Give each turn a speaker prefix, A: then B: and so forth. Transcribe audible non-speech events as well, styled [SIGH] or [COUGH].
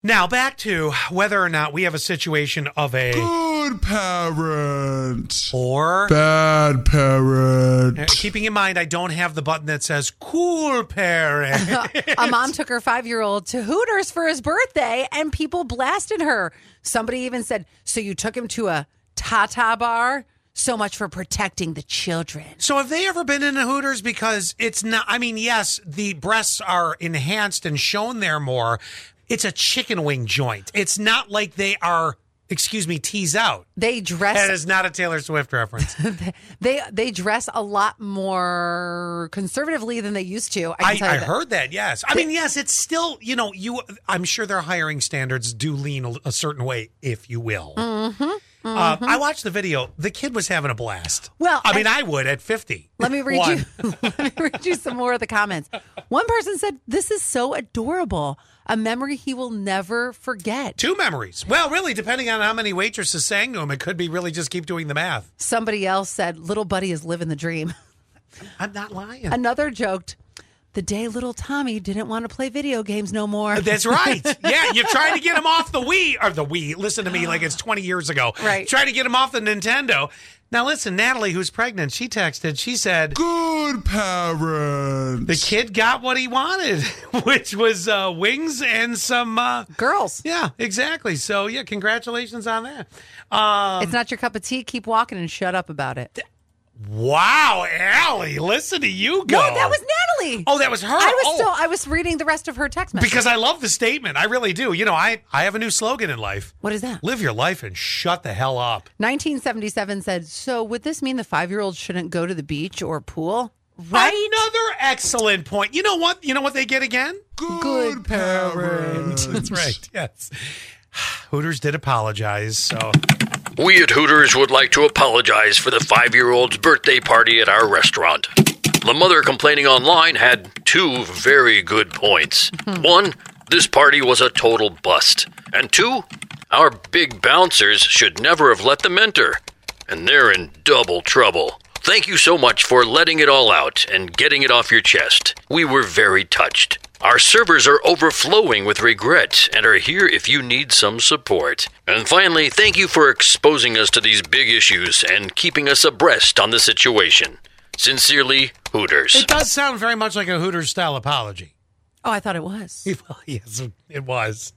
A: Now, back to whether or not we have a situation of a
B: Good parent.
A: or.
B: Bad
A: Uh,
B: parent.
A: Keeping in mind, I don't have the button that says cool parent.
C: a mom took her five year old to Hooters for his birthday and people blasted her. Somebody even said, So you took him to a Tata bar? So much for protecting the children.
A: so, have they ever been in a Hooters? Because it's not, I mean, yes, the breasts are enhanced and shown there more. It's a chicken wing joint. It's not like they are, excuse me, tease out.
C: They
A: That
C: dress
A: is not a Taylor Swift reference.
C: they they dress a lot more conservatively than they used to. I, can
A: I,
C: tell you
A: I
C: that.
A: heard that. Yes, I mean yes. It's still you know you. I'm sure their hiring standards do lean a, a certain way, if you will. Mm-hmm, Uh, I watched the video. The kid was having a blast.
C: Well,
A: I mean, I would at 50.
C: Let me read
A: One.
C: you. [LAUGHS] Let me read you some more of the comments. One person said, "This is so adorable, a memory he will never forget."
A: two memories. Well, really, depending on how many waitresses sang to him, it could be really just keep doing the math.
C: Somebody else said, "Little buddy is living the dream." [LAUGHS]
A: I'm not lying.
C: Another joked, "The day little Tommy didn't want to play video games no more."
A: That's
C: [LAUGHS]
A: right. Yeah, you're trying to get him off the Wii or the Wii. Listen to me like it's 20 years ago.
C: Right.
A: Trying to get him off the Nintendo. Now listen, Natalie, who's pregnant, she texted. She said.
B: Good parent.
A: the kid got what he wanted, [LAUGHS] which was uh, wings and some. Uh,
C: Girls,
A: yeah, exactly. So yeah, congratulations on that. Um,
C: it's not your cup of tea. Keep walking and shut up about it.
A: wow, Allie, listen to you go.
C: No, that was Natalie.
A: Oh, that was her.
C: I was
A: Oh,
C: still. I was reading the rest of her text message.
A: because I love the statement. I really do. You know, I I have a new slogan in life:
C: what is that?
A: live your life and shut the hell up.
C: 1977 said, So would this mean the five year old shouldn't go to the beach or pool? Right?
A: Another excellent point. You know what? You know what they get again?
C: Good parent.
A: [LAUGHS] That's right. Yes. [SIGHS] Hooters did apologize. So.
D: We at Hooters would like to apologize for the five year old's birthday party at our restaurant. The mother complaining online had two very good points. One, this party was a total bust. And two, our big bouncers should never have let them enter. And they're in double trouble. Thank you so much for letting it all out and getting it off your chest. We were very touched. Our servers are overflowing with regret and are here if you need some support. And finally, thank you for exposing us to these big issues and keeping us abreast on the situation. Sincerely, Hooters.
A: It does sound very much like a Hooters style apology. [LAUGHS]
C: Oh, I thought it was.
A: Well, yes, it was.